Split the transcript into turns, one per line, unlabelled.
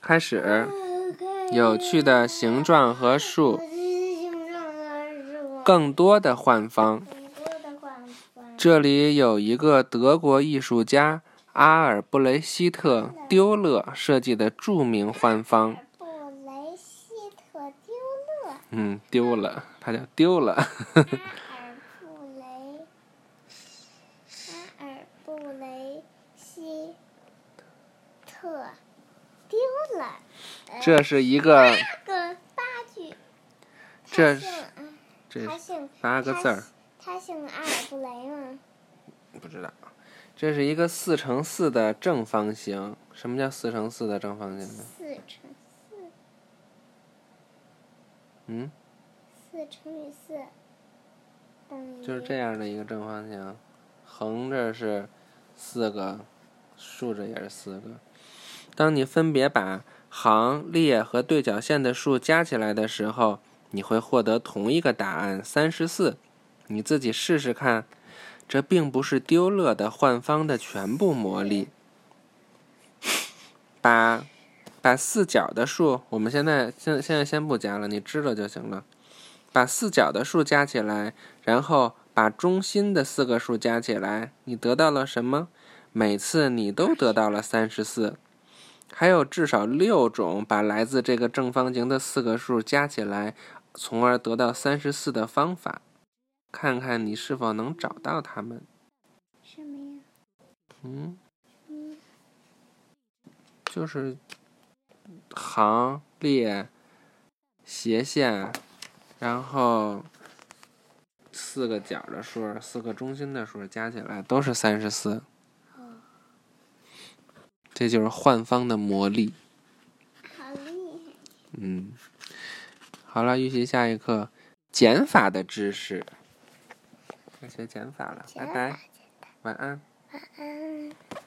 开始，有趣的形状和数， 更多的幻方。这里有一个德国艺术家阿尔布雷希特·丢勒设计的著名幻方。
布雷希特丢勒，
嗯，丢了，它叫丢了。
阿尔布雷，阿尔布雷希特丢了。呃
这是一个，
八个八句，
这是
他姓
这
他姓
八个字儿，
他他姓阿尔布雷吗？
不知道。这是一个四乘四的正方形。什么叫四乘四的正方形呢？
四乘四，
嗯，
四乘以四等于
就是这样的一个正方形，横着是四个，竖着也是四个。当你分别把行、列和对角线的数加起来的时候，你会获得同一个答案三十四。你自己试试看，这并不是丢勒的幻方的全部魔力。把把四角的数，我们现在现现在先不加了，你知道就行了。把四角的数加起来，然后把中心的四个数加起来，你得到了什么？每次你都得到了三十四。还有至少六种把来自这个正方形的四个数加起来，从而得到三十四的方法。看看你是否能找到它们。
什么呀？
嗯，
嗯，
就是行列、斜线，然后四个角的数、四个中心的数加起来都是三十四。这就是幻方的魔力。
好厉害！
嗯，好了，预习下一课减法的知识。要学减法了，拜
减
拜
法，
晚安。
晚安。